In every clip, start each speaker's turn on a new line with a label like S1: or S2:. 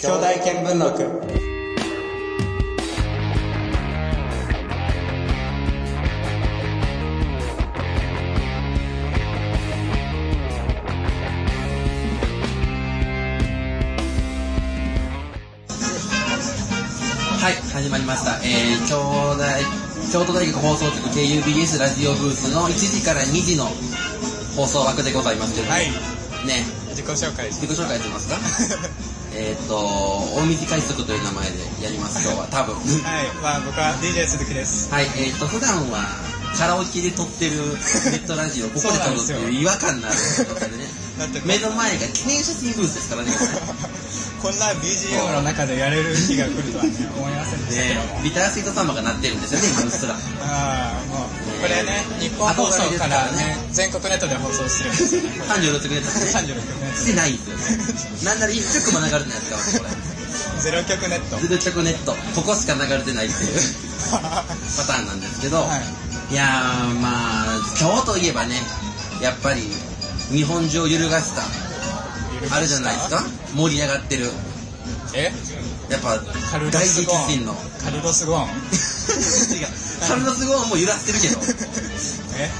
S1: 兄弟見聞録
S2: はい、始まりました。えー、京大、京都大学放送局 KUBS ラジオブースの1時から2時の放送枠でございますけど、
S1: はい
S2: ね、
S1: 自己紹介し
S2: 自己紹介してますか えーっと、大水快速という名前でやります、今日は、多分。は
S1: はい、まあ僕は DJ 鈴木です
S2: い、えーっと、普段はカラオケで撮ってるネットラジ オ、ここで撮るっていう違和感のある状態でね、
S1: だって
S2: 目の前が記念写真ブースですからね、
S1: こんな BGM の中でやれる日が来るとはね思いませんでしたけども、
S2: ね、ビタースイートサンバが鳴ってるんですよね、今うっ すら。
S1: ああもうこれね日本放送からね全国ネットで放送してるんですよね
S2: 36年経ってね。
S1: 36ネ
S2: してないんですよ。なんなら一曲も流れてないですから、こ
S1: ゼロ曲ネット
S2: れ。ズルチョコネット、ここしか流れてないっていうパターンなんですけど、、
S1: はい
S2: やー、まあ、今日といえばね、やっぱり、日本中を揺るがした、あるじゃないですか盛り上がってる。
S1: え
S2: やっぱ、
S1: カル
S2: 大
S1: ロ
S2: 激
S1: スゴーン
S2: 震の。
S1: カルロスゴーン
S2: 違うカルロスゴーンも揺らしてるけど、
S1: え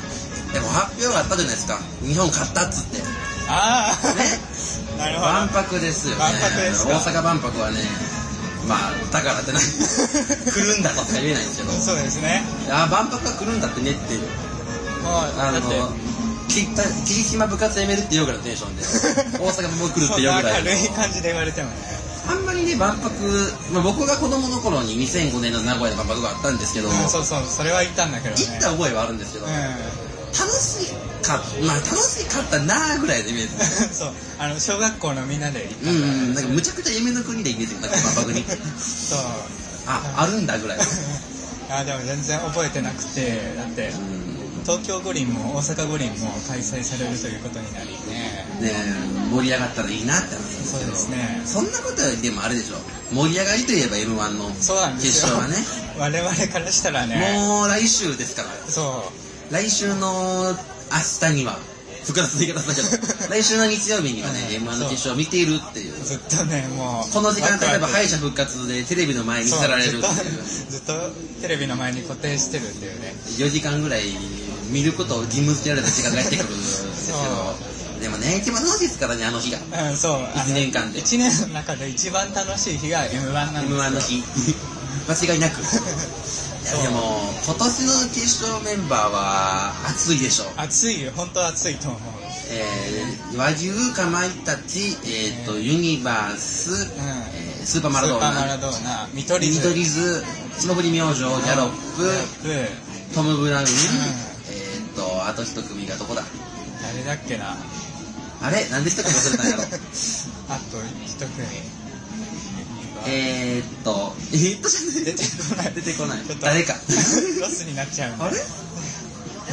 S2: でも発表があったじゃないですか。日本勝ったっつって。ね
S1: あ あなるほど
S2: 万博ですよね
S1: 万博ですか
S2: 大阪万博はねまあだか らってな来るんだとしか言えないんですけど
S1: そうですね
S2: あ万博が来るんだってねっていう
S1: もうだ
S2: あの
S1: って
S2: きた霧島部活やめるっていうぐらいのテンショ ンで大阪万博来るっ
S1: そ
S2: て
S1: ん
S2: いう
S1: な
S2: ぐら
S1: 明
S2: い
S1: るい
S2: の
S1: 感じで言われてもね
S2: あんまりね万博、まあ、僕が子供の頃に2005年の名古屋で万博があったんですけど、
S1: うん
S2: 行
S1: そうそうそれは言ったんだけどね
S2: った覚えはあるんですけど、楽
S1: う
S2: しかまあ楽しかったなーぐらいのイメージ
S1: ん そうあの小学校のみんなで行った
S2: うんなんかむちゃくちゃ夢の国でイメージが万博 に
S1: そう
S2: ああるんだぐらいの
S1: あでも全然覚えてなくてだって東京五輪も大阪五輪も開催されるということになりね
S2: ねえ盛り上がったらいいなって話です
S1: そう
S2: けど
S1: ですね
S2: そんなことよりでもあれでしょ盛り上がりといえば m 1の
S1: そうなんですよ
S2: 決勝はね
S1: 我々からしたらね
S2: もう来週ですから
S1: そ
S2: 来週の明日には複雑な言い方 だけど来週の日曜日にはね
S1: うん
S2: m 1の決勝を見ているっていう
S1: うずっとねもう
S2: この時間例えば
S1: ワクワク
S2: 敗者復活でテレビの前に
S1: そう
S2: 座られるっていう
S1: ずっとずっとテレビの前に固定してるっていうね
S2: 4時間ぐらい見ることを義務付けられた時間がやってくるんですけどでもね一番楽しいですからねあの日が
S1: うんそうあの
S2: 一年間で
S1: 一年の中で一番楽しい日が m 1なんです
S2: M1 の日 間違いなくい
S1: そう
S2: やでも今年の決勝メンバーは熱いでしょう
S1: 暑いよ本当暑いと思うう
S2: えー、和牛かまいたち、えー、とユニバース、
S1: ん
S2: えースーパーマラドー
S1: スーパーマラ
S2: ナ
S1: ドーナ見取り
S2: 見
S1: 図
S2: 取り図霜降り明星ギャロップ
S1: うんうん
S2: トム・ブラウン、えー、とあと一組がどこだ
S1: 誰だっけなあ
S2: あれなんで一組忘れた んやろ
S1: と一組
S2: えーっとえーっとじゃな
S1: 出
S2: い
S1: てこない
S2: 出てこない
S1: ちょっと
S2: 誰か
S1: ロスになっちゃうんで
S2: あれ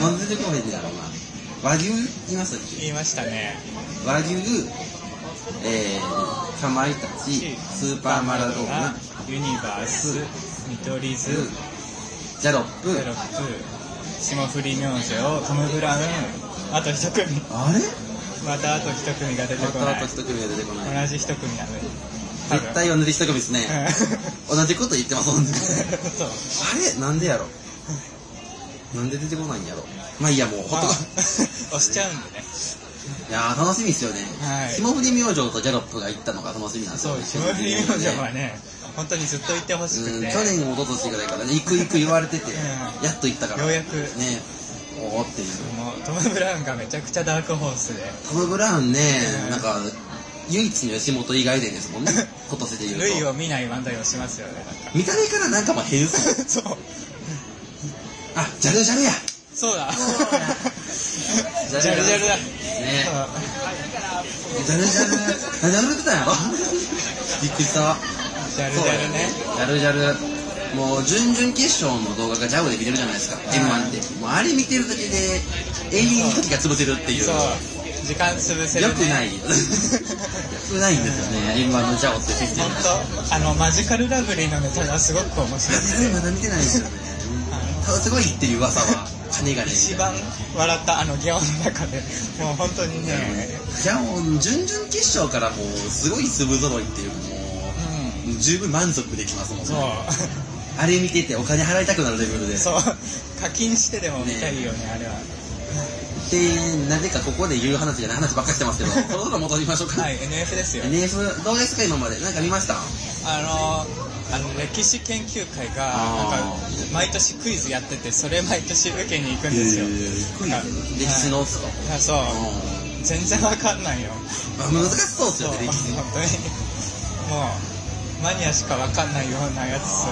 S2: なんで出てこへんねやろうな。和牛いましたっけ
S1: 言いましたね
S2: 和牛、えー、かまいたち、スーパーマラドーナ、
S1: ユニバース見取り図
S2: ジャロップ、
S1: ロップ霜降り明星トム・ブラウンあと一組
S2: あれ
S1: またあと一組が出て
S2: ま
S1: こ
S2: た
S1: な
S2: あ
S1: い
S2: と一組が出てこない。
S1: 同じ一組なのに多分
S2: 絶対同じ一組ですね。同じこと言ってますもん
S1: う
S2: ね。
S1: んそう
S2: あれなんでやろなんで出てこないんやろまあいいや、もう、ほ
S1: ま
S2: っ
S1: あ
S2: とこ
S1: 押しちゃうんでね
S2: う。いやー、楽しみですよね
S1: は。い
S2: 霜降り明星とジャロップが行ったのが楽しみなんです
S1: そ
S2: よ
S1: う
S2: ね。
S1: 霜降り明星はね本当にずっといてほし
S2: う
S1: く
S2: ん
S1: て
S2: 去年一昨年ぐらいからね行く行く言われてて、
S1: うん
S2: やっと行ったから
S1: ようやく
S2: ねおおっていう
S1: もうトム・ブラウンがめちゃくちゃダークホースで
S2: トム・ブラウンね、
S1: うん
S2: なんか唯一の吉本以外でですも んね今年で言
S1: 類
S2: うと
S1: を見ない漫才をしますよねなんか
S2: 見た目からなんかもう変で す
S1: そう
S2: あジャルジャルや
S1: そうだ
S2: そうだ
S1: ジャルジャルだ
S2: ねジャルジャルジャルジャルってたんやろ びっくりした
S1: ジャルジャルね
S2: そうジャルジャルもう準々決勝の動画がジャオで見れるじゃないですか m 1ってもうあれ見てるだけで永遠に時が潰せるっていう
S1: そう時間潰せる
S2: よ
S1: ね
S2: く ないよ。よくないんですよね、今のジャオってシステ
S1: 本
S2: ム。
S1: 当あのマジカルラブリーのネタがすごく面白い
S2: 全然まだ見てないですよね。ただすごい言ってる噂 は、金がね。
S1: 一番笑ったあのギャオの中でもう本当にね
S2: ジャオ、準々決勝からもう、すごい粒揃いっていうか、もう、十分満足できますもん
S1: そ
S2: ね
S1: う
S2: あれ見ててお金払いたくなるレベルで
S1: そう課金してでも見たいよねあれは
S2: でなぜかここで言う話じゃない話ばっかりしてますけどそろそろ戻りましょうか、
S1: はい NF ですよ
S2: NF どうですか今までなんか見ました
S1: あのあの歴史研究会がなんか
S2: あ
S1: 毎年クイズやっててそれ毎年受けに行くんですよ
S2: へー
S1: なんか
S2: 歴史のっすか、
S1: はいいやそう
S2: あ
S1: 全然わかんないよ
S2: ーまあ難しそうっす
S1: そう
S2: よ
S1: 本
S2: ね
S1: 当に
S2: 歴史
S1: もうマニアしかわかんないようなやつ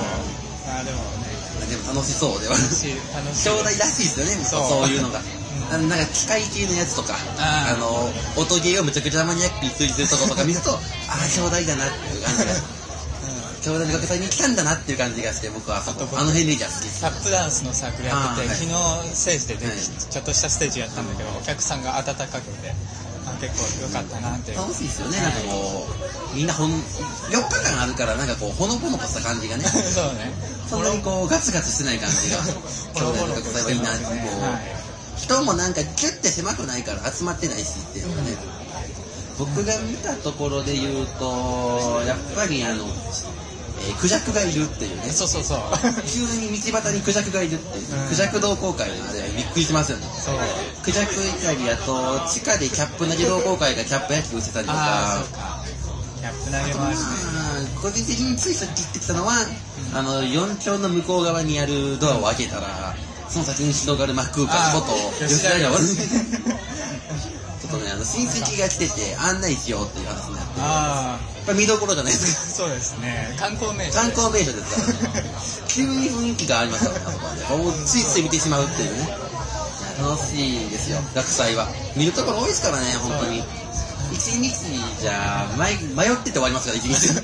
S1: あーでもね
S2: でも楽しそうでは
S1: 楽しい楽しい
S2: 兄弟らしいですよね
S1: そ
S2: そうういうのが、あのなんか機械系のやつとか
S1: あー
S2: あの音ゲーをめちゃくちゃマニアックに追求するとことか見る とああ兄弟だなっていう感じが
S1: うん
S2: 兄弟の学祭に来たんだなっていう感じがして僕はあそこ
S1: あと僕
S2: あの辺でじゃ好きです
S1: タップダンスのサークルやってて、
S2: あー
S1: 昨日ステージでで、
S2: はい
S1: ちょっとしたステージやったんだけど、お客さんが温かくて、あ結構良かったなっていう。
S2: 楽しいですよねなんかこうみんなほん4日間あるからなんかこうほのぼのとした感じがね
S1: そうね。
S2: そんなにこうガツガツしてない感 じが兄弟の学祭はいいなってこう、人もなんかキュッて狭くないから集まってないしっていうのがね、僕が見たところで言うとやっぱりあの、えークジャクがいるっていうね
S1: そうそうそう。
S2: 急に道端にクジャクがいるっていう、
S1: うん
S2: クジャク同好会でびっくりしますよね
S1: そう。
S2: クジャクいたりあと地下でキャップ投げ同好会がキャップ野球してたりとか
S1: ああ、そうか。キャップ投げ
S2: ま
S1: 回し
S2: あ、個人的についさっき言ってきたのは、あの、4丁の向こう側にあるドアを開けたら、その先に広がる真空管こと、吉田屋を、ちょっとね、あの、親戚が来てて、案内しようっていう話になって、や
S1: あ
S2: っぱ見どころじゃないです
S1: あ、そうですね。観光名
S2: か。
S1: 所。
S2: 観光名所ですからね。急に雰囲気がありますよね、あそこはね。もうついつい見てしまうっていうね。楽しいですよ、学祭は。見るところ多いですからね、本当に。一日じゃあ、迷迷ってて終わりますから、一日。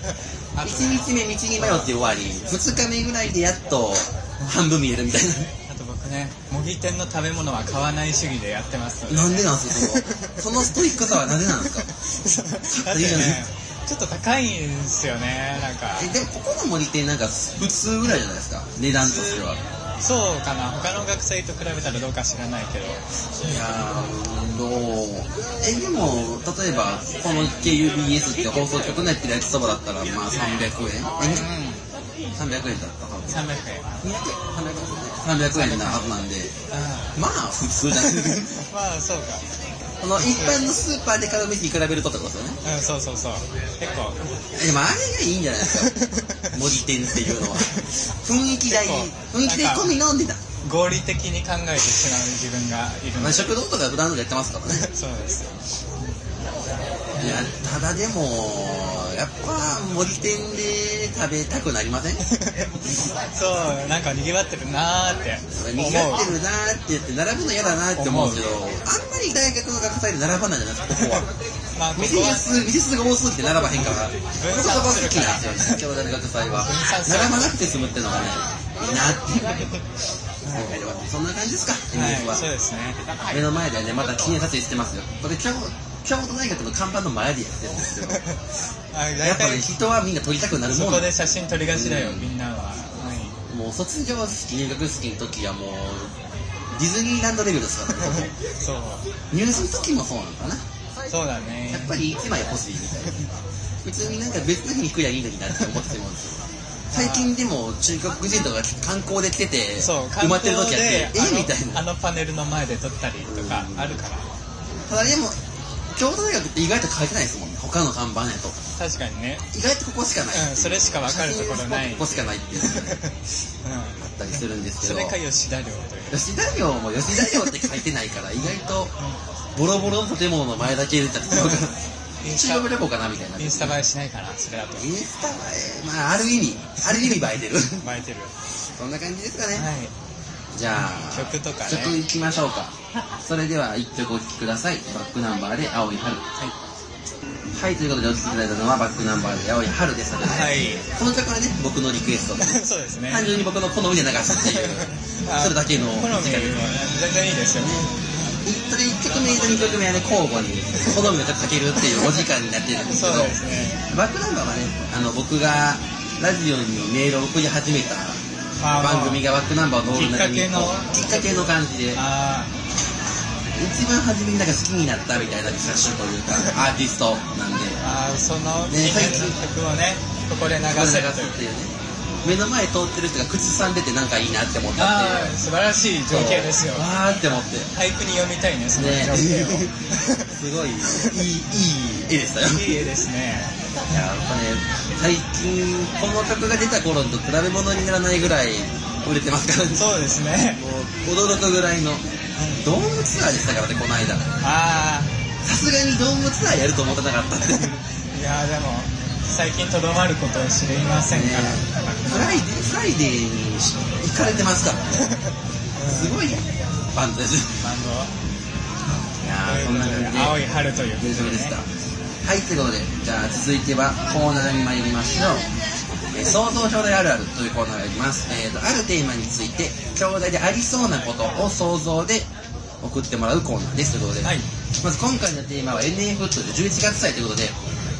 S1: あと
S2: 一日目道に迷って終わり、二日目ぐらいでやっと半分見えるみたい
S1: あと僕ね、模擬店の食べ物は買わない主義でやってますので
S2: な。なんでなんですか、その、そのストイックさはなぜなんですか
S1: だって
S2: いいじゃない
S1: ね、ちょっと高いんですよね、なんか。
S2: え、でもここの森ってなんか普通ぐらいじゃないですか、値段としては。
S1: そうかな他の学生と比べたらどうか知らないけど
S2: いやー、どうえ、でも、例えば、この KUBS って放送局のやってる焼きそばだったら、まあ300
S1: う
S2: 円
S1: ん
S2: え、300円だったはず。
S1: 300円
S2: 200円 ?300 円なはずなんで、
S1: う
S2: まあ普通じゃないです
S1: ん
S2: か。
S1: まあそうか
S2: この一般のスーパーで買うべきに比べるとってことですよね。
S1: うんそうそうそう結構
S2: でもあれがいいんじゃないですか森店っていう のは雰囲気がいい
S1: 結構
S2: 雰囲気で込み飲んでた
S1: 合理的に考えてしまう自分がいる
S2: ま
S1: の
S2: あ
S1: で
S2: 食堂とかブランドでやってますからね
S1: そうです
S2: いやただでもやっぱ森店で食べたくなりません
S1: そうなんか賑わってるなーって
S2: 賑
S1: 思
S2: わって
S1: う
S2: るなーって言って並ぶの嫌だなーって思うんですけどあんまり大学の学祭で並ばないじゃないですかここは
S1: まあここ
S2: 店が
S1: は
S2: 数店数が多すぎて並ばへんから僕
S1: 散
S2: そこは好きなんですよね京大の学祭は
S1: 分散する
S2: 並ばなくて済むってのがねいいなっていうそうそんな感じですか NF
S1: は
S2: はい
S1: そうですね
S2: 目の前でねまだ記念撮影してますよこれ京京都大学の看板の前でやってるんですよ
S1: あ
S2: や
S1: 大
S2: っぱね
S1: 体
S2: 人はみんな撮りたくなる
S1: そ
S2: もん
S1: こで写真撮りがちだよ
S2: うん
S1: みんなは
S2: もう卒業式入学式の時はもうディズニーランドレベルですからね
S1: はいそう
S2: 入試の時もそうなのかな
S1: そうだね
S2: やっぱり1枚欲しいみたいな別になんか別の日に来りゃいいのになって思ってしまうんですよ最近でも中国人とか観光で来てて
S1: そう、
S2: 埋まってる時あってえ
S1: 観光
S2: みたい
S1: あの
S2: な
S1: あのパネルの前で撮ったりとかあるから。
S2: ただでも京都大学って意外と書いてないですもんね他の看板やと
S1: 確かにね。
S2: 意外とここしかない
S1: うん、それしか分かるところない。
S2: ここしかないっていうのがねあ
S1: う
S2: ったりするんです
S1: ん。そ
S2: けど
S1: れか吉田寮という。
S2: 吉田寮も吉田寮って書いてないから意外とボロボロの建物の前だけ出たりとか
S1: インス
S2: 中国旅
S1: タ
S2: 行かなみたいな
S1: インスタ映えしないかな、それだと。
S2: インスタ映え、まあ、ある意味、ある意味映えてる。
S1: 映えてる。
S2: そんな感じですかね。
S1: は
S2: じゃあ、
S1: 曲とかね
S2: 曲いきましょうか。それでは、一曲お聴きください。バックナンバーで、青い春。はい、ということでお聴きいただいたのは、バックナンバーで、青い春でしたね。
S1: い。 はい。
S2: この曲はね、僕のリクエストで、
S1: はい。そうですね。
S2: 単純に僕の好みで流すっていう、
S1: あ
S2: それだけの
S1: 好みは
S2: 時間です。
S1: 全然いいですよ。
S2: それ1曲目と2曲目はね、交互に好みの曲かけるっていうお時間になってるんです
S1: そ
S2: け
S1: う
S2: ど
S1: で、すね。
S2: バックナンバーはね、あの僕がラジオにメールを送り始めた
S1: あー
S2: 番組がバックナンバーのオールナイトニッポン
S1: き
S2: きっかけの感じで、
S1: あ
S2: 一番初めになんか好きになったみたいな歌手というか、アーティストなんで、
S1: あ、ああ、その、
S2: ね
S1: 近辺の曲をね、ここで流
S2: 流す
S1: せるという
S2: っていうね目の前通ってる人が口ずさんでてなんかいいなって思ったって
S1: あ
S2: いう
S1: あ素晴らしい情景ですよ
S2: わーって思って
S1: 俳句に読みたいねその
S2: ね
S1: 情景を
S2: すごいいいいい絵でしたよ
S1: いい絵ですね
S2: いややっぱね最近この曲が出た頃と比べ物にならないぐらい売れてますからね
S1: そうですね
S2: もう驚くぐらいのドームツアーでしたからねこの間
S1: あ
S2: さすがにドームツアーやると思ってなかったんでね
S1: あいやーでも最近とどまることを知りませんから、
S2: フライデーフライデーに行かれてますからねすごいバンドです
S1: バンド
S2: いやーそんな感じで
S1: 青い春という
S2: 以上でしたはいということでじゃあ続いてはコーナーに参りましょうえー想像兄弟あるあるというコーナーがあります、えーとあるテーマについて兄弟でありそうなことを想像で送ってもらうコーナーですということで、
S1: はい
S2: まず今回のテーマは NF という11月祭ということで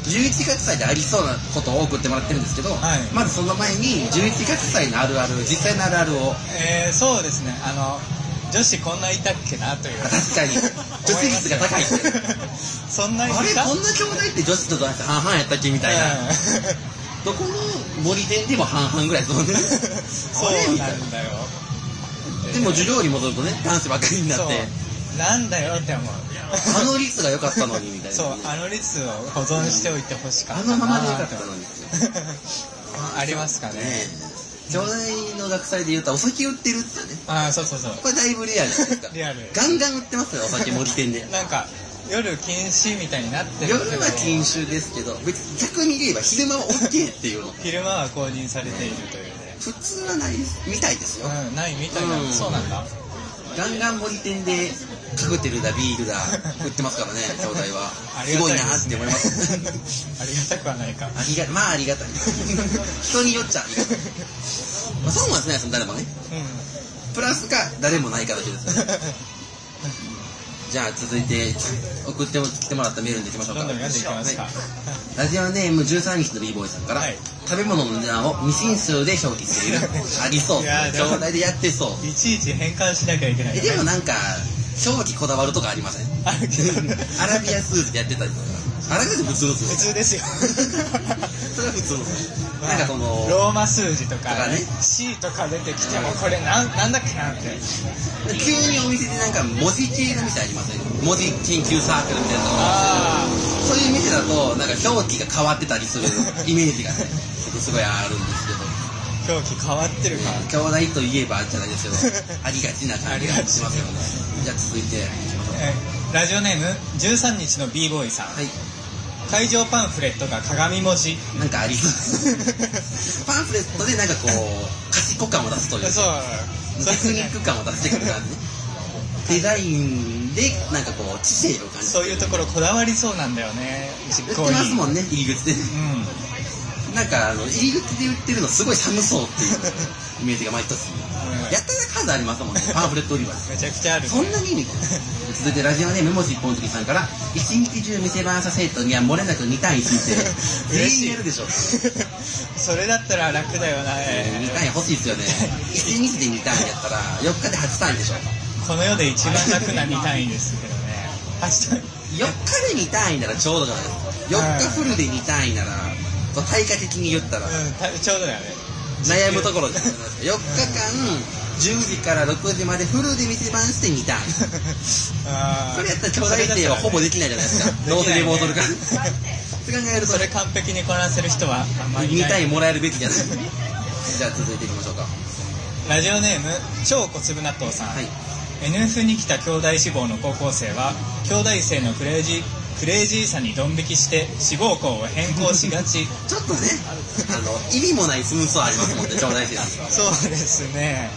S2: 11月祭でありそうなことを送ってもらってるんですけど、
S1: はい
S2: まずその前に11月祭のあるある実際のあるあるを
S1: えー、そうですねあの女子こんないたっけなという
S2: 確 かに女性率が高いって
S1: そんな
S2: あれ
S1: に
S2: こん
S1: いた
S2: な兄弟って女子と男子半々やったっけみたいな、
S1: うん
S2: どこの森店でも半々ぐらいですもんね
S1: そうなんだよ
S2: でも授業に戻るとね男子ばっかりになって
S1: そうなんだよって思う
S2: あの率が良かったのにみたいな
S1: そうあの率を保存しておいてほしかった
S2: あ
S1: な
S2: のままで良かったのに
S1: ありますかね
S2: 兄弟の学祭で言うとお酒売ってるってね
S1: ああそうそうそう
S2: これだいぶレアじゃないですか
S1: リアル
S2: ガンガン売ってますよお酒森 店で
S1: なんか夜禁止みたいになってる
S2: 夜
S1: けど
S2: は禁酒ですけど別に逆に言えば昼間は OK っていうの
S1: 昼間は公認されているというね
S2: 普通はないみたいですよ
S1: うんないみたいな
S2: うん
S1: そうなんだ
S2: ガンガン森店でカクテルだビ ールだ売ってますからね兄弟は
S1: あり
S2: す
S1: が
S2: ごい
S1: た
S2: ない
S1: で
S2: ー
S1: すね
S2: って思います
S1: ありがたくはない か
S2: ありがまあありが たい人によっちゃありがたい、まあ、損はしないですもん誰もね
S1: う
S2: プラスか誰もない形ですね
S1: ん
S2: じゃあ続いて送ってきてもらったメールに行きましょうか
S1: どんどん読んでいきますか。
S2: はいラジオネーム13日の b ボーイさんから、
S1: はい
S2: 食べ物の値段を未信数で表記して いるありそう
S1: いやーでも
S2: 兄弟でやってそ う
S1: いちいち変換しなきゃいけない
S2: え
S1: よ
S2: でも
S1: ね。
S2: なんか表記こだわるとかありません
S1: あるけどね
S2: アラビア数字でやってたりとかアラビア数字普通の数
S1: 普
S2: 字
S1: 通ですよ。
S2: それは普通の数字なんかその
S1: ローマ数字と
S2: と
S1: か
S2: かね
S1: C とか出てきてもこれなんなんだっけなって
S2: 急にお店でなんか文字系の店ありません文字研究サークルみたいなとか
S1: あ
S2: そういう店だとなんか表記が変わってたりするイメージがね ちょっとすごいあるんですけ
S1: あ
S2: ど
S1: 表記変わってるか
S2: 兄弟といえばじゃないですけどありがちな感じがしますよねじゃあ続いていきましょう
S1: えラジオネーム13日の b ボーイさん
S2: はい
S1: 会場パンフレットが鏡文字
S2: なんかあり そう
S1: そう
S2: パンフレットでなんかこう賢感を出すというかテ
S1: そ
S2: ク
S1: う
S2: ニック感を出してくる感じねデザインでなんかこう知性を感じて
S1: そういうところこだわりそうなんだよね実
S2: 売って
S1: 行
S2: ま
S1: に
S2: すもんね入り口で
S1: うん
S2: なんかあの入り口で売ってるのすごい寒そうっていうイメージが毎年やったら数ありますもんねパンフレット売り場で
S1: めちゃくちゃある
S2: そんなにみたいな続いてラジオネームもし一本好きさんから一日中見せ回した生徒には漏れなく2対1って
S1: 嬉
S2: 全
S1: し
S2: 員
S1: い
S2: やるでしょ
S1: それだったら楽だよな、え
S2: 2単位欲し いですよね1日で2単位やったら4日で8単位でしょ
S1: ーこの世で一番楽な2単位ですけどね確かに
S2: 4日で2単位ならちょうどじゃないですか4日フルで2単位ならこう対価的に言ったら
S1: うんたちょうどだよね
S2: 悩むところじゃないですか4日間10時から6時までフルで店番して2単位
S1: あー
S2: それやったら兄弟生はほぼできないじゃないです かどうせレモートルか
S1: できないね
S2: それ考えると
S1: それ完璧にこなせる人はあんまりい
S2: 2
S1: ない
S2: 単位もらえるべきじゃない じゃあ続いていきましょうかは
S1: ラジオネーム超小粒納豆さん、
S2: い
S1: NF に来た兄弟志望の高校生は兄弟生のクレイジークレイジーさにドン引きして志望校を変更しがち
S2: ちょっとねあの意味もない紛争ありますもん ね兄弟生なんて
S1: そうですね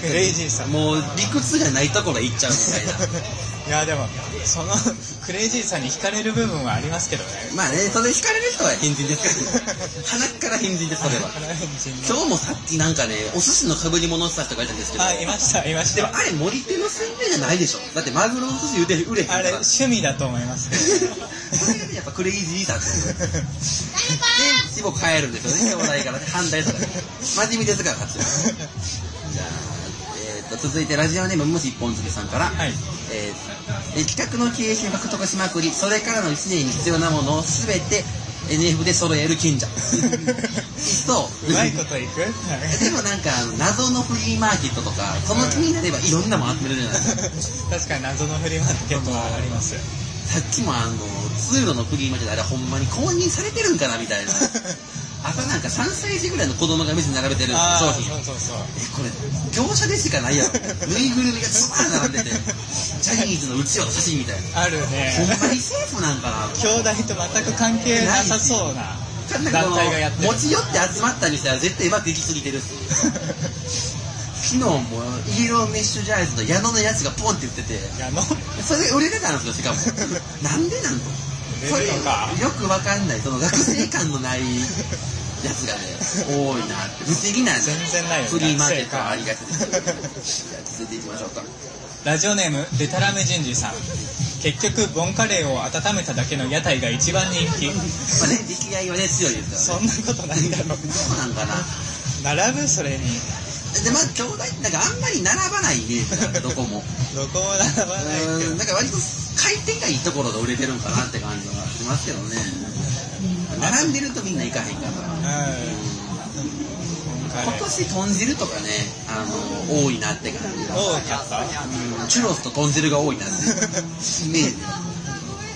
S1: クレイジー さん
S2: もう理屈がないところへ行っちゃうみたいない
S1: やでもそのクレイジーさに惹かれる部分はありますけどね
S2: まあねそれ惹かれる人は変人ですからね 鼻から変人ですそれは
S1: 花人の
S2: 今日もさっきなんかねお寿司のかぶり物をした人がいたんですけど
S1: あいましたいまし
S2: でも
S1: た
S2: あれ森手のせんべいじゃないでしょだってマグロの寿司売れ売れへんか
S1: あれ
S2: ら
S1: 趣味だと思い ますね
S2: それがねやっぱクレイジーさんですよ で死後帰るんですよね兄弟からね反対とかね真面目ですからこっちはじゃあ、えー、と続いてラジオネームもし一本漬けさんから、
S1: はい
S2: えーえ企画の経営費を獲得しまくりそれからの1年に必要なものを全て NF で揃える 賢者そう
S1: うまいこといくはい
S2: でもなんか謎のフリーマーケットとかこの気になればいろんなもん集めれるじゃないですか
S1: 確かに謎のフリーマーケットはあり ます
S2: さっきもあの通路のフリーマーケットあれほんまに公認されてるんかなみたいな朝なんか3歳児ぐらいの子供が店に並べてるんです
S1: あ
S2: よ
S1: あ
S2: 商品
S1: そうそうそう
S2: えこれ業者でしかないやろぬいぐるみがずらー並んでてジャニーズのうちわの写真みたいな
S1: ある ね
S2: ほんまにセーフなんかな
S1: 兄弟と全く関係なさそうな団体がやってる
S2: 持ち寄って集まったにしたら絶対うまくいきすぎてるし昨日もイエローメッシュジャイズの矢野のやつがポンって言ってて
S1: いやの
S2: それ売れてたんですよ しかもなんでなんとそ
S1: 売
S2: れ
S1: れるのか
S2: よくわかんないその学生感のないやつがね多いなって不思議なんですよ
S1: 全然ないよね
S2: フリーマーケットはありがちです
S1: 成果
S2: じゃあ続いていきましょうか
S1: ラジオネームデタラメ人事さん結局ボンカレーを温めただけの屋台が一番人気
S2: まあね、出来合いはね、強いです
S1: そ
S2: からね。
S1: んなこと ないだろう
S2: そうなんかな。
S1: 並ぶそれに
S2: で、まあ、兄弟、なんかあんまり並ばないイメージなんでどこも。
S1: どこも並ばないけ
S2: う
S1: ど
S2: ん、なんか割と回転がいいところが売れてるんかなって感じはしますけどね。並んでるとみんな行かへんから。
S1: うんボンカレ
S2: 今
S1: ー
S2: 年豚汁とかね、あの、多いなって感じ。うん
S1: 多かった
S2: チュロスと豚汁が多いなっていうイメージ。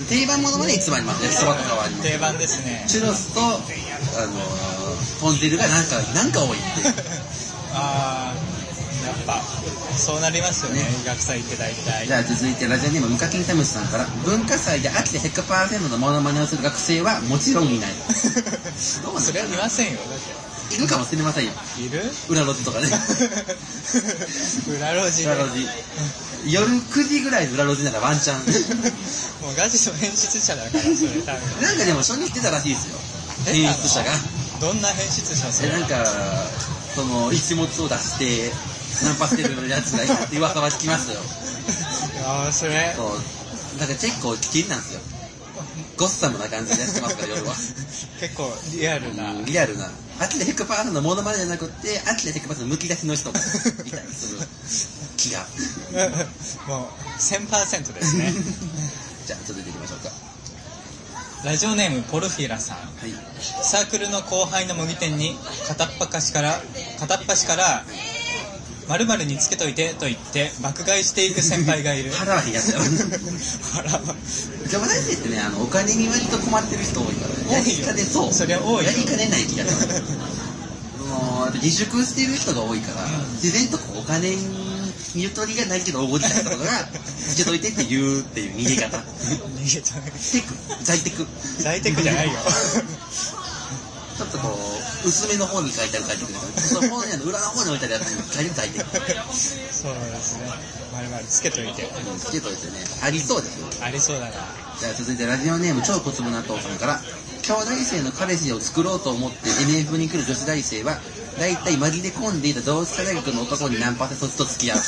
S2: 定番ものまでいつもありますね、焼きそばとかはあります
S1: 定番です ね
S2: チュロスと、あの、豚汁がなんか、なんか多いっていう。
S1: ああやっぱそうなりますよね学祭って大体
S2: じゃあ続いてラジオネームムカキンタムシさんから文化祭で飽きて100%のモノマネをする学生はもちろんいないどうなん
S1: それはいませんよだっ
S2: いるかもしれませんよ
S1: ている
S2: 裏路地とかね
S1: 裏路地で
S2: 裏路地夜9時ぐらいの裏路地ならワンチャン
S1: もうガチの編集者だからそれ多分
S2: なんかでも初日出たらしいですよ演出者が
S1: どんな編集者そ
S2: え
S1: れ
S2: なんかその一物を出してナンパしてるやつがいたって噂は聞きますよ
S1: ああそれ
S2: そうなんか結構危険なんですよゴッサムな感じでやってますから夜は
S1: 結構リアル な
S2: リアルな。アキラ100%のモノマネじゃなくて、アキラ100%のむき出しの人がいたりする気が。
S1: もう1000%ですね
S2: じゃあ、続いていきましょうか。
S1: ラジオネームポルフィラさん
S2: はい。
S1: サークルの後輩の模擬店に片っ端から片っ端から〇〇につけといてと言って爆買いしていく先輩がいる
S2: 払わへんやつやろ。
S1: 腹は
S2: ジョバ大生ってね、あの、お金に割と困ってる人多いから、や
S1: 多
S2: り
S1: いよ
S2: かねそう。
S1: そりゃ多いよ
S2: やりかねない気がする。もう、やっぱ自粛してる人が多いから、自然とこうお金に見ゆとりがないけど、おごりたい人とかが、つけといてって言うっていう逃げ方。
S1: 逃げちゃう
S2: テク、在テク。
S1: 在宅じゃない よ
S2: ちょっとこう、薄めの方に書いてある書いてくれる。その方にあの裏の方に置いてあるやつに書いて書いてくれる。
S1: そうですね〇〇つけといて
S2: つけといてね、ありそうですよ。
S1: ありそうだな
S2: じゃあ続いてラジオネーム超小粒納豆さんから、兄弟生の彼氏を作ろうと思って NF に来る女子大生は、大体紛れ込んでいた同志社大学の男にナンパせそっと付き合う。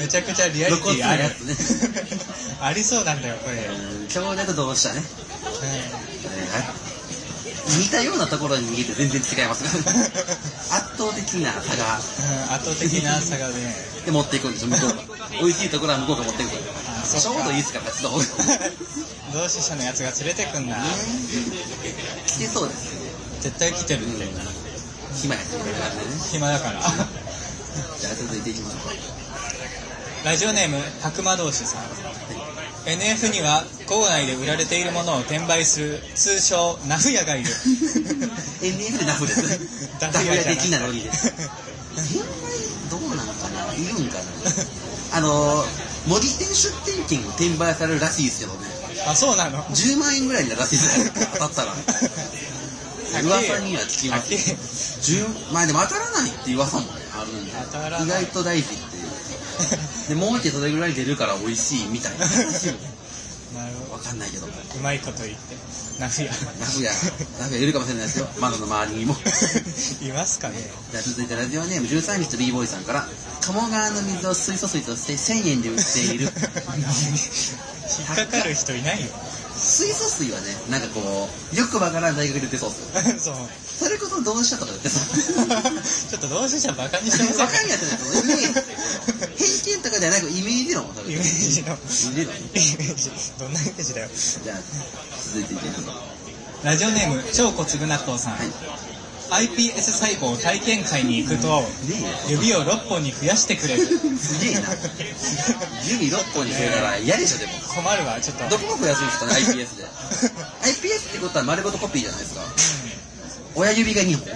S1: めちゃくちゃリアリティある
S2: 露骨なやつ
S1: ありそうなんだよこれ、うん
S2: 兄弟と同志社ね。えー似たようなところに逃げて全然違いますから圧倒的な差が
S1: うん圧倒的な差がね
S2: で持っていくんですよ、向こうが。美味しいところは向こうが持っていくから
S1: あそっ
S2: ち
S1: か
S2: ょうどいいですから、ちょっと。
S1: 同志社のやつが連れてくんな
S2: 来てそうですよね。
S1: 絶対来てるって
S2: 暇やし、みたいな感じでね。
S1: 暇だから
S2: じゃあ、続いていきましょうか。
S1: ラジオネームたくま同士さん NF には校内で売られているものを転売する通称ナフ屋がい る
S2: NF ナフです。ダフ屋的な ノリです。どうなのかないるんかなあのー、森店出店券を転売されるらしいですけどね。
S1: あそうなの
S2: 10万円ぐらいになるらしいです当 たったら。噂には聞きますよ。
S1: す
S2: 10まあでも当たらないっていう噂もねあるんで
S1: 当たらない
S2: 意外と大事っていう で儲けそれぐらい出るから美味しいみたいな話も
S1: なるほ
S2: わかんないけど名
S1: どうまいこと言ってナフ屋
S2: 古屋名古屋いるかもしれないですよ窓の 周りにも
S1: いますかね
S2: じゃあ続いてラジオネーム13日 b ボーイさんから鴨川の水を水素水として1000円で売っている
S1: 引っかかる人いないよ
S2: 水素水はねなんかこうよくわからん大学で売ってそうっすよ
S1: そう
S2: それこそ同志社とかで売ってそう
S1: ちょっと同志社バカにしてませ
S2: わ
S1: ん
S2: かんないやつだよイメージ偏見とかではなくイメージ論を食
S1: イ
S2: べ
S1: メ
S2: て
S1: ージのイメ
S2: イメージ論
S1: ージどんなイメージだよ
S2: じゃあ、続いていきましょう。
S1: ラジオネーム超小粒納豆さん、
S2: はい
S1: iPS 細胞体験会に行くと指を6本に増やしてくれる
S2: すげえな指6本に増えたら嫌でしょでも
S1: 困るわちょっと
S2: どこが増やすんですかね iPS で iPS ってことは丸ごとコピーじゃないですか親指が2本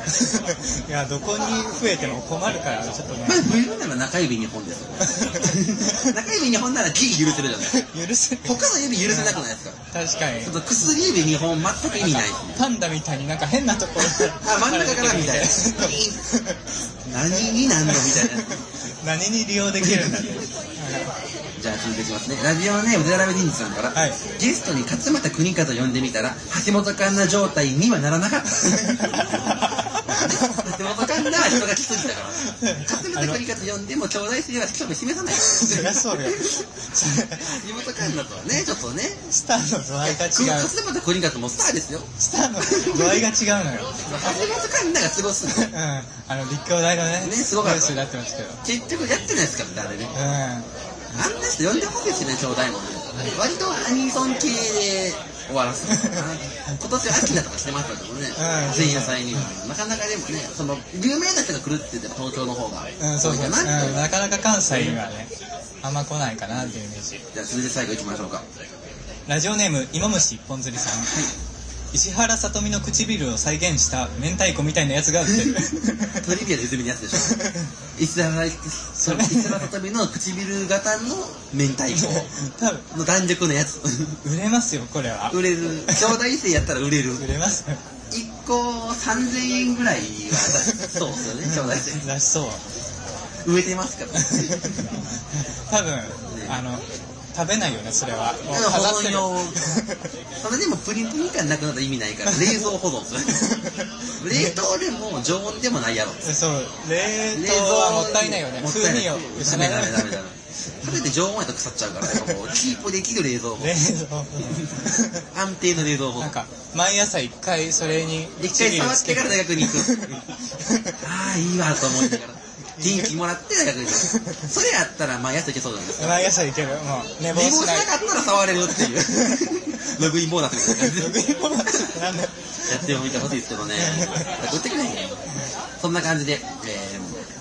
S1: いやどこに増えても困るからちょっとね
S2: まあ増えるなら中指2本です よ中指2本ならギリ許せるじゃない
S1: 許せない
S2: 他の指許せなくないですか
S1: 確かに
S2: ちょっと薬指2本全く意味ないですね
S1: パンダみたいになんか変なところ
S2: あ真ん中からみたいな何になんのみたい な
S1: 何に利用できるんだって
S2: じゃあ続いていきますねラジオネームデララベリンズさんから、
S1: はい
S2: ゲストに勝俣邦香と呼んでみたら橋本環奈状態にはならなか った橋本環奈は人が来すぎたから勝俣邦香と呼んでも頂戴すれば興味示さない
S1: そりゃそうよそれ
S2: 橋本環奈とはねちょっとね
S1: スターの度合いが違う
S2: 勝俣邦香ともスターですよ
S1: スターの度合いが違うのよ
S2: 橋本環奈がすごす
S1: うんあの立教大のね
S2: ねすごかっ
S1: ニ
S2: た
S1: ュースになってましたよ
S2: 結局やってないですからねあれね
S1: う
S2: あんな人呼んでほしいですね、ちょうだいもんね。割とアニソン系で終わら せてるのかな。今年は秋だとかしてましたけどね
S1: うん、
S2: 前夜祭には。なかなかでもね、その、有名な人が来るって言って東京の方が
S1: ん、うん、そう
S2: 多い
S1: そう、う
S2: か
S1: ん、
S2: なっていう。
S1: なかなか関西にはねあんま来ないかなっていうイメージ
S2: じゃあ、それで最後行きましょう か。
S1: ラジオネーム芋虫一本釣りさん、石原さとみの唇を再現した明太子みたいなやつが売ってる
S2: トリビアで泉のやつでしょ。石原、それ、石原さとみの唇型の明太
S1: 多分
S2: 子の弾力のやつ。
S1: 売れますよこれは
S2: 売れる。兄弟生やったら売れる。
S1: 売れますよ
S2: 1個3000円ぐらいは出しそうですよね、兄弟生。
S1: 出しそう
S2: 植えてますから。
S1: 多分あの食べないよねそれはもう飾ってる
S2: 保存それでもプリンプリン感なくなったら意味ないから、冷蔵保存する。冷凍でも常温でもないやろ。
S1: そう冷凍はもったいないよね
S2: もった
S1: 風
S2: いな
S1: 味
S2: い
S1: を
S2: ダ
S1: 失
S2: メ
S1: わ
S2: ダ
S1: ない
S2: メダメダメ。食べて常温やと腐っちゃうから、やっぱもうキープできる冷蔵保存。
S1: 冷蔵
S2: 安定の冷蔵保
S1: なん
S2: 存。
S1: か毎朝一回それに
S2: 一回触ってから大学に行く。
S1: く
S2: ああ、いいわと思いながら。元気もらって大学に行く。それやったら、まあ、やついけそうだね。
S1: 毎朝いけるもう寝
S2: 寝
S1: 坊
S2: 坊
S1: し
S2: しな
S1: ない
S2: かったら触れるっていう。ロ グインボーナスみたいな感じ
S1: 食
S2: で。
S1: い物なんだよ
S2: やってみてほしいですけどね。売ってくれへんよそんな感じで、え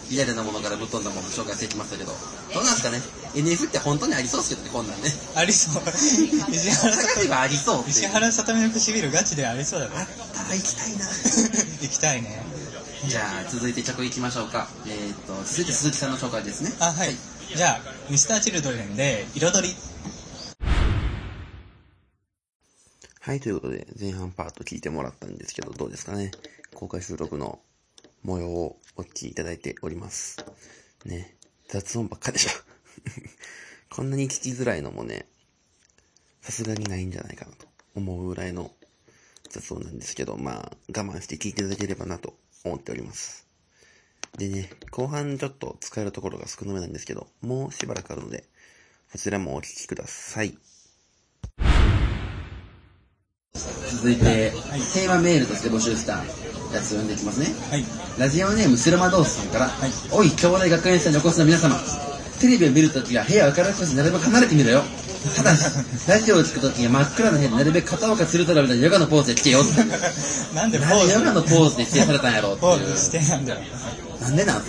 S2: ー、リアルなものからぶっ飛んだものを紹介してきましたけど、どうなんですかね ?NF って本当にありそうですけどね、こんなんね。
S1: ありそう石原さ
S2: 探せばありそう
S1: と
S2: ってい
S1: 石
S2: う。
S1: 原さとみの唇ガチでありそうだね
S2: あったら行きたいな。
S1: 行きたいね
S2: じゃあ、続いて着行きましょうか。えー、っと、続いて鈴木さんの紹介ですね。
S1: あはいじゃあミスターチルドレンで彩り
S2: はい、ということで、前半パート聞いてもらったんですけど、どうですかね公開収録の模様をお聞きいただいております。ね、雑音ばっかでしょ。 こんなに聞きづらいのもね、さすがにないんじゃないかなと思うぐらいの雑音なんですけど、まあ、我慢して聞いていただければなと思っております。でね、後半ちょっと使えるところが少なめなんですけど、もうしばらくあるので、そちらもお聞きください。続いて、テーマメールとして募集したやつを読んでいきますね。
S1: はい
S2: ラジオネームスルマドースさんから、
S1: い
S2: おい、兄弟学園生のお越しの皆様、テレビを見るときは部屋を明るくしてなるべく離れてみろよ。た だし、ラジオを聞くときは真っ暗な部屋でなるべく片岡鶴太郎みたいなヨガのポーズで来てよ。
S1: なんでポ
S2: なんでヨガ
S1: ー
S2: の
S1: ズ
S2: ポーズで指定されたんやろうって
S1: ポ
S2: い
S1: ーズ
S2: う。
S1: してなんだよ
S2: なんでなん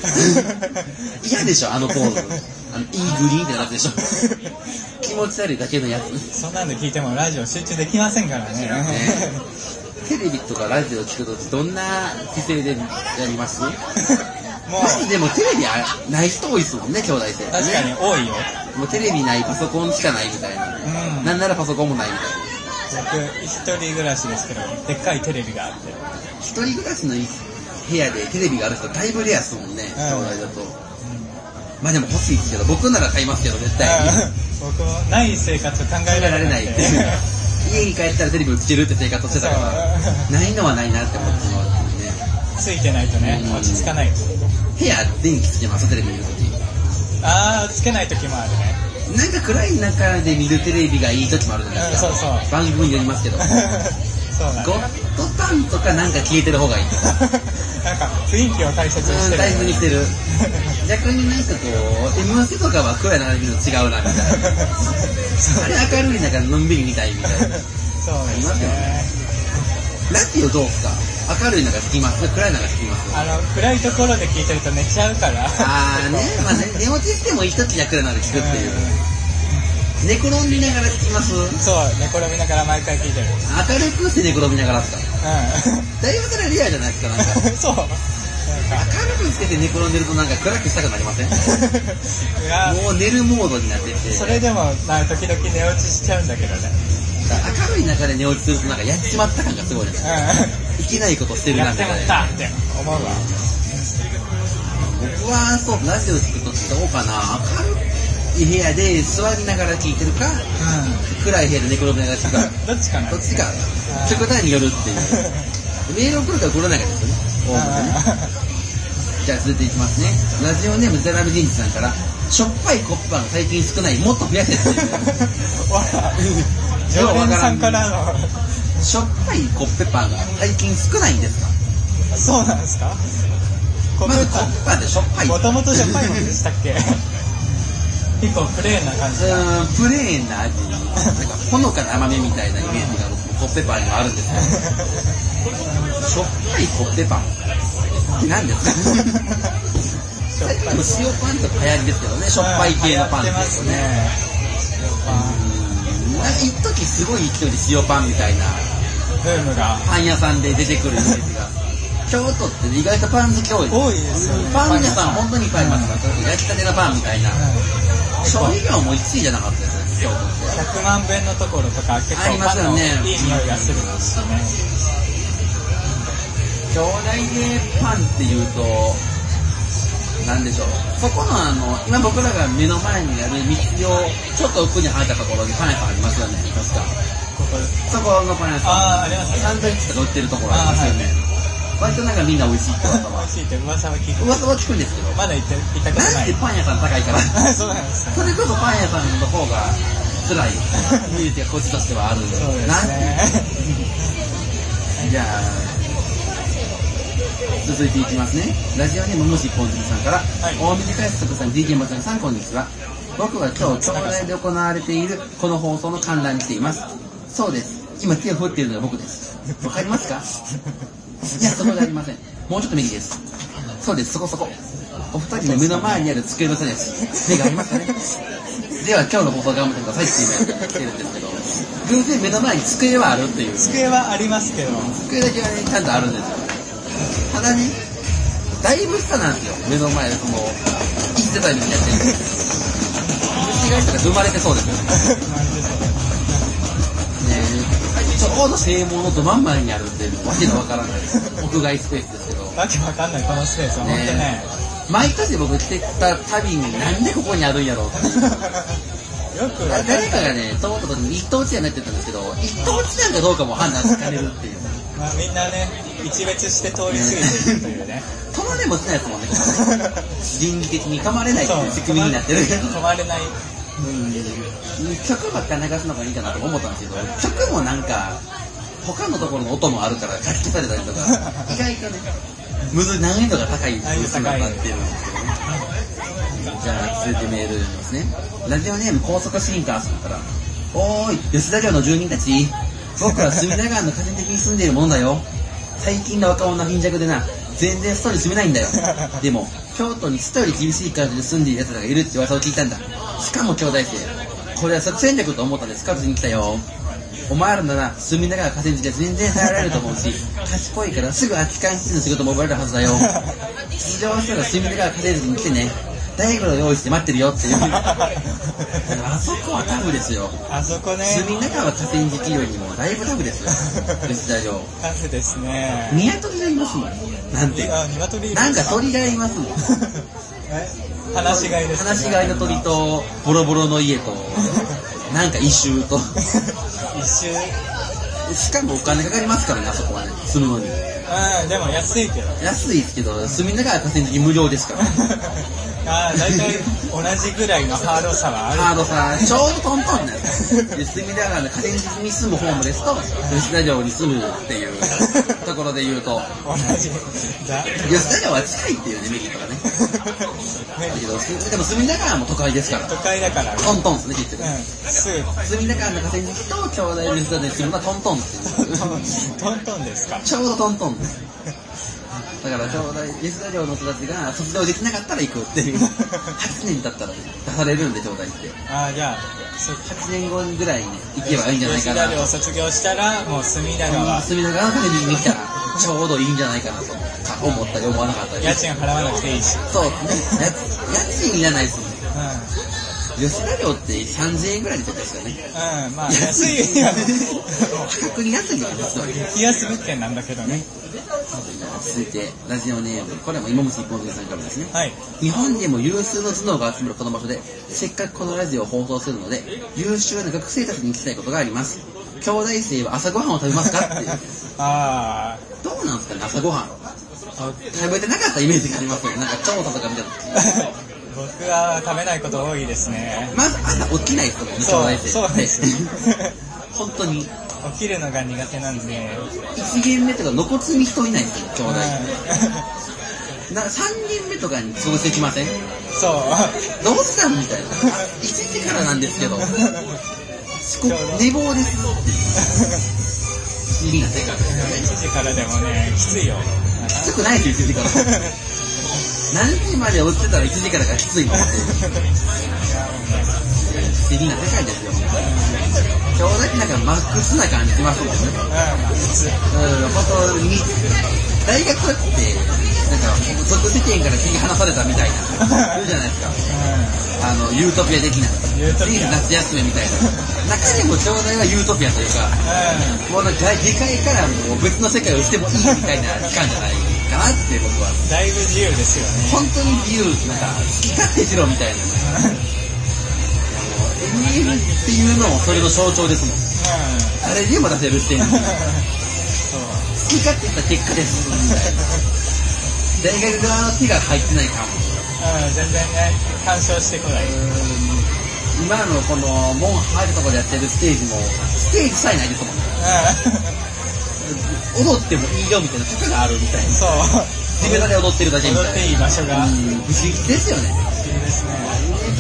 S2: 嫌でしょ、あのポーズ。あの、いいグリーンってなってでし ょ。気持ち悪いだけのやつ。
S1: そんなんで聞いてもラジオ集中できませんからね
S2: テレビとかラジオを聞くときどんな姿勢でやります
S1: も
S2: まず
S1: う
S2: でもテレビあない人多いですもんね、兄弟生。
S1: 確かに多いよ
S2: もうテレビない、パソコンしかないみたいな。
S1: うん
S2: なんならパソコンもないみたい
S1: 僕一人暮らしですけどでっかいテレビがあって
S2: な。一人暮らしの部屋でテレビがある人だいぶレアっすもんね、
S1: うん
S2: 将来だと。まあでも欲しいですけど、僕なら買いますけど、絶対に。
S1: 僕もない生活考
S2: 考
S1: え
S2: え
S1: ら
S2: ら
S1: れ
S2: れ
S1: な
S2: ないい
S1: っ
S2: っ て ていう。家に帰ったらテレビをつけるって生活をしてたから、ないのはないなって思ってしまうね。
S1: ついてないとね
S2: うん
S1: 落ち着かない
S2: 部屋電気つけます、テレビ見るとき。
S1: ああつけない時もあるね
S2: なんか暗い中で見るテレビがいい時もあるじゃないですか。
S1: うんそうそう
S2: 番組によりますけど。ゴ
S1: そうなんだ
S2: ッドタンとかなんか消えてる方がいい。う
S1: なんか雰囲気を大切にして
S2: ん、
S1: る
S2: 大事にして る。逆になんかこう、MC とかは暗い中で見るの違うな、みたいな。あれ明るい中でのんびり見たいみたいな。
S1: そうですね
S2: ラジオどうっすか明るいのが好きます暗いのが好きます
S1: あの暗いところで聞いてると寝ちゃうから
S2: あーね、 まあね、寝落ちしても一つ役なので聞くっていう。寝転んでながら聞きます
S1: うんそう寝転びながら毎回聞いてる
S2: 明るくして寝転びながらっすか
S1: う
S2: だいぶそれはリアルじゃないですか、なんか。
S1: んそうなんか
S2: 明るくつけて寝転んでるとなんか暗くしたくなりま せん
S1: いや
S2: もう寝るモードになってて、
S1: それでもまあ時々寝落ちしちゃうんだけどね
S2: 明るい中で寝落ちするとなんかやっちまった感がすごいです。いけないことして
S1: うん
S2: るな
S1: やっ
S2: み
S1: て
S2: たい
S1: もっ
S2: な。
S1: たって思うわ
S2: 僕はそう、ラジオ聞くとどうかな。明るい部屋で座りながら聞いてるか、暗い部屋で寝転びながら 聞くか。
S1: うんどっちかな
S2: どっちか、極端によるっていう。メール送るか送らないかですよね。
S1: う
S2: おお
S1: ん
S2: むねね。じゃあ続いていきますね。ラジオネームゼラビリンジさんから、しょっぱいコッパが最近少ない、もっと増やせ っていう。
S1: わら常連さんからの
S2: しょっぱいコッペパンが最近少ないんですか
S1: そうなんですかコ
S2: ま
S1: ッ
S2: ず
S1: ペ
S2: コ
S1: パン
S2: ッペパンでしょっぱい。
S1: もともとしょっぱいもの
S2: う
S1: でしたっけ結構プレーンな感じ
S2: ーん、プレーンな味。なんかほのかな甘めみたいなイメージがコッペパンにはあるんですけど、しょっぱいコッペパンって何ですか
S1: しょっ
S2: 最近
S1: ぱい
S2: でも塩パンとか流行りですけどね、しょっぱい系のパン
S1: 流行ってますね
S2: うんなんか一時すごい勢いで塩パンみたいな
S1: 塩パンブームが
S2: パン屋さんで出てくるイメージが。京都って意外とパン好き多いです
S1: 多いですよね
S2: パン屋さん本当にいっぱいありますから、焼きたてのパンみたいな。調味料も1位じゃなかったですね、京都って。
S1: 100万遍のところとか結
S2: あり
S1: 構
S2: ま
S1: パ
S2: す
S1: ン
S2: よ
S1: のい
S2: ね
S1: い匂いがするしね
S2: 兄弟でパンっていうと、なんでしょう。そこのあの、今僕らが目の前にある道を、ちょっと奥に入ったところにパン屋さんありますよね、確か。
S1: ここ
S2: そこのパン屋さ
S1: あ
S2: ん。
S1: あありますね
S2: サンドイッチとか売ってるところありますよね。割となんかみんな美味しいって
S1: 美
S2: 噂は
S1: 味。しいって噂は聞いて
S2: 噂は聞くんですけど。
S1: まだ行って行ったこと
S2: な
S1: なん
S2: で
S1: い
S2: パン屋さん高いから。
S1: そうなんですね
S2: それこそパン屋さんの方が辛い。見るてこっちとしてはあるんで。
S1: そうで
S2: なん
S1: す
S2: て
S1: ね
S2: じゃあ、続いていきますね。ラジオネームもしぽんじりさんから、
S1: い
S2: 大水海作さん、DJ 松井さん、こんにちは。僕は今日、京大で行われているこの放送の観覧に来ています。そうです。今手を振っているのが僕です。わかりますかいや、そこじゃありません。もうちょっと右です。そうです、そこそこ。お二人の目の前にある机の下です。目がありますかねでは今日の放送頑張ってくださいって今言ってるんですけど、偶然目の前に机はあるっていう。
S1: 机はありますけど
S2: 机だけはね、ちゃんとあるんですよ。ただね、だいぶ下なんですよ。目の前、その、生きてたみたいにやってるんです虫がいたら生まれてそうですよ。ねちょうど正門のど真ん前にあるんで、わけのわからない屋外スペースですけど。
S1: わけわかんないこのスペースは本当ね
S2: ね毎年僕来てた旅になんでここにあるんやろうっていう。
S1: よくわかんない
S2: 誰かがね、そう思った時に一等地やなって言ったんですけど、一等地なんかどうかも判断しかねるっていう。
S1: まあみんなね一別して通り過ぎていくという ね
S2: 止まれもしないですもんね。倫理的に噛まれないっていう仕組みになってる。
S1: 止まれない
S2: うん曲ばっか流すのがいいかなと思ったんですけど、曲もなんか、他のところの音もあるから、書き消されたりとか、意外とね、むずい難易度が高い数字になってるんですけどね。じゃあ、続いてメール読みますね。ラジオネーム高速シンカーさんから、おーい、吉田寮の住人たち、僕は隅田川の河川的に住んでいるもんだよ。最近の若者は貧弱でな、全然ストーリー住めないんだよ。でも、京都にストーリー厳しい感じで住んでいる奴らがいるって噂を聞いたんだ。しかも兄弟生、これは即戦力と思ったんでスカウトに来たよ。お前らなら隅田川河川敷で全然耐えられると思うし、賢いからすぐ空き缶室の仕事も覚えるはずだよ。出場したら隅田川河川敷に来てね。大悟の用意して待ってるよっていう。 あそこはタフですよ。
S1: あそこね
S2: 隅田川河川敷よりもだいぶタフですよ。吉田城。
S1: カフェですね
S2: 鶏がいますもん。なんていうか。
S1: あ鶏いる
S2: なんか鳥がいますもん。
S1: え話し飼いです
S2: 放し飼いの鳥と、ボロボロの家 と、なんか異臭と。
S1: 一周
S2: しかもお金かかりますからね、あそこはね。住むのに。
S1: うんでも安いけど
S2: 安いですけど、隅田川河川敷無料ですから。
S1: ああ大体同じぐらいのハードさはある
S2: ハードさ、ちょうどトント ンなん ですよ。で隅田川の河川敷に住むホームレスと、吉田城に住むっていうとこころで言うと、
S1: 同じだ
S2: 吉田川は近いっていうね、メリットがね。だ け
S1: ね
S2: ど、すでも隅田川も都会ですから
S1: 都。会だから
S2: トントンですね、結
S1: う
S2: 局。
S1: んすぐ
S2: 隅田川の河川敷と兄弟水田でするのはトントンって
S1: ト
S2: いう。
S1: ントントンですか
S2: ちょうどトントンです。だから兄弟、吉田寮の人たちが卒業できなかったら行くっていう。8年経ったら出されるんで、兄弟って。
S1: ああじゃあそう
S2: 8年後ぐらいに行けばいいんじゃないかな。
S1: 吉田寮を卒業したらもう隅田川
S2: 隅田川まで見に来たら、ちょうどいいんじゃないかなと。思ったり思わなかったり。
S1: 家賃払わなくていいし
S2: そう、ね、家家賃いらないですもんね。
S1: う
S2: 吉田寮って3000円ぐらいで取ったんですよね。
S1: んうんまあ安い よ
S2: 価格に安いよね、すごい。
S1: 冷やす物件なんだけどね
S2: 続いて、ラジオネーム。これも今虫一本釣りさんからですね。
S1: はい
S2: 日本でも有数の頭脳が集まるこの場所で、せっかくこのラジオを放送するので、優秀な学生たちに聞きたいことがあります。兄弟生は朝ごはんを食べますか っていう。
S1: あ
S2: どうなんですかね、朝ごはん。
S1: あ
S2: 食べてなかったイメージがありますよね。なんか調査とか見たら。
S1: 僕は食べないこと多いですね
S2: まず朝起きないですもんね、兄
S1: そう
S2: 弟生。
S1: そうです
S2: 本当に。
S1: 起きるのが苦手なんで
S2: 一限目とか露骨に人いないですよ、兄弟
S1: う
S2: 生。なんか3限目とかに過ごしてきません
S1: ん そう
S2: どうしたんみたいな。1時からなんで すけど。遅刻、寝坊です。不思議な世界ですよね。
S1: 1時からでもねきついよ
S2: きつくないですよ、1時から。何時まで落ちてたら1時からがきついのっていう。不思議な世界ですよ。兄弟ってなんかマックスな感じしますもんね。
S1: うんきつい
S2: うん、本当に、大学って、なんか、俗世間から切り離されたみたいな、言うじゃないですか。あの、ユートピア的な。
S1: ユートピア
S2: 夏休みみたいな。中でもちょうどはユートピアというか、
S1: うんうん
S2: もうなんか、議会からもう別の世界をしてもいいみたいな期間じゃないかなって僕は。
S1: だいぶ自由ですよね
S2: 本当に自由、なんか、好き勝手しろみたいな。NF っていうのもそれの象徴ですもん。
S1: う
S2: 誰でも出せるってい
S1: ん
S2: う。
S1: そう
S2: 好き勝手した結果ですみたいな。大学側の手が入ってないかも。
S1: うん全然ね干渉してこない
S2: 今のこの、門入るとこでやってるステージも、ステージさえないですもんね。
S1: う
S2: 踊ってもいいよみたいな許可があるみたい
S1: ん
S2: な。
S1: そう
S2: 自分らで踊ってるだけみたい
S1: 踊
S2: な。
S1: っていい場所が
S2: うん
S1: いい
S2: 不思議ですよね。
S1: ですね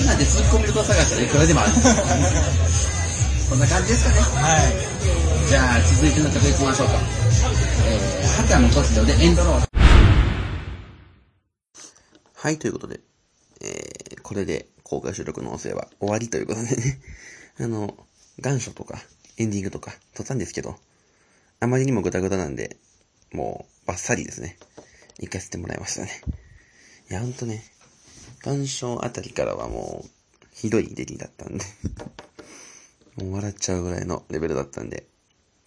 S2: なんで突っ込み人探したらいくらでも ある。こんな感じですかね。
S1: はい
S2: じゃあ続いての曲いきましょうか。えー、畑野突如でエンドロール。はい、ということで、えー、これで公開収録の音声は終わりということでね。 あの、願書とかエンディングとか撮ったんですけど、あまりにもグダグダなんで、もうバッサリですね。行かせてもらいましたね。いや、ほんとね、願書あたりからはもう、ひどい出来だったんで。 もう笑っちゃうぐらいのレベルだったんで、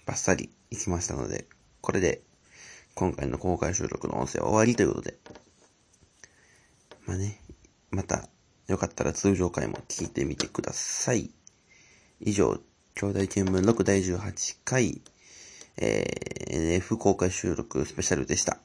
S2: バッサリ行きましたので、これで、今回の公開収録の音声は終わりということで、まあね、また、よかったら通常回も聞いてみてください。以上、兄弟見聞録第18回、えー、NF 公開収録スペシャルでした。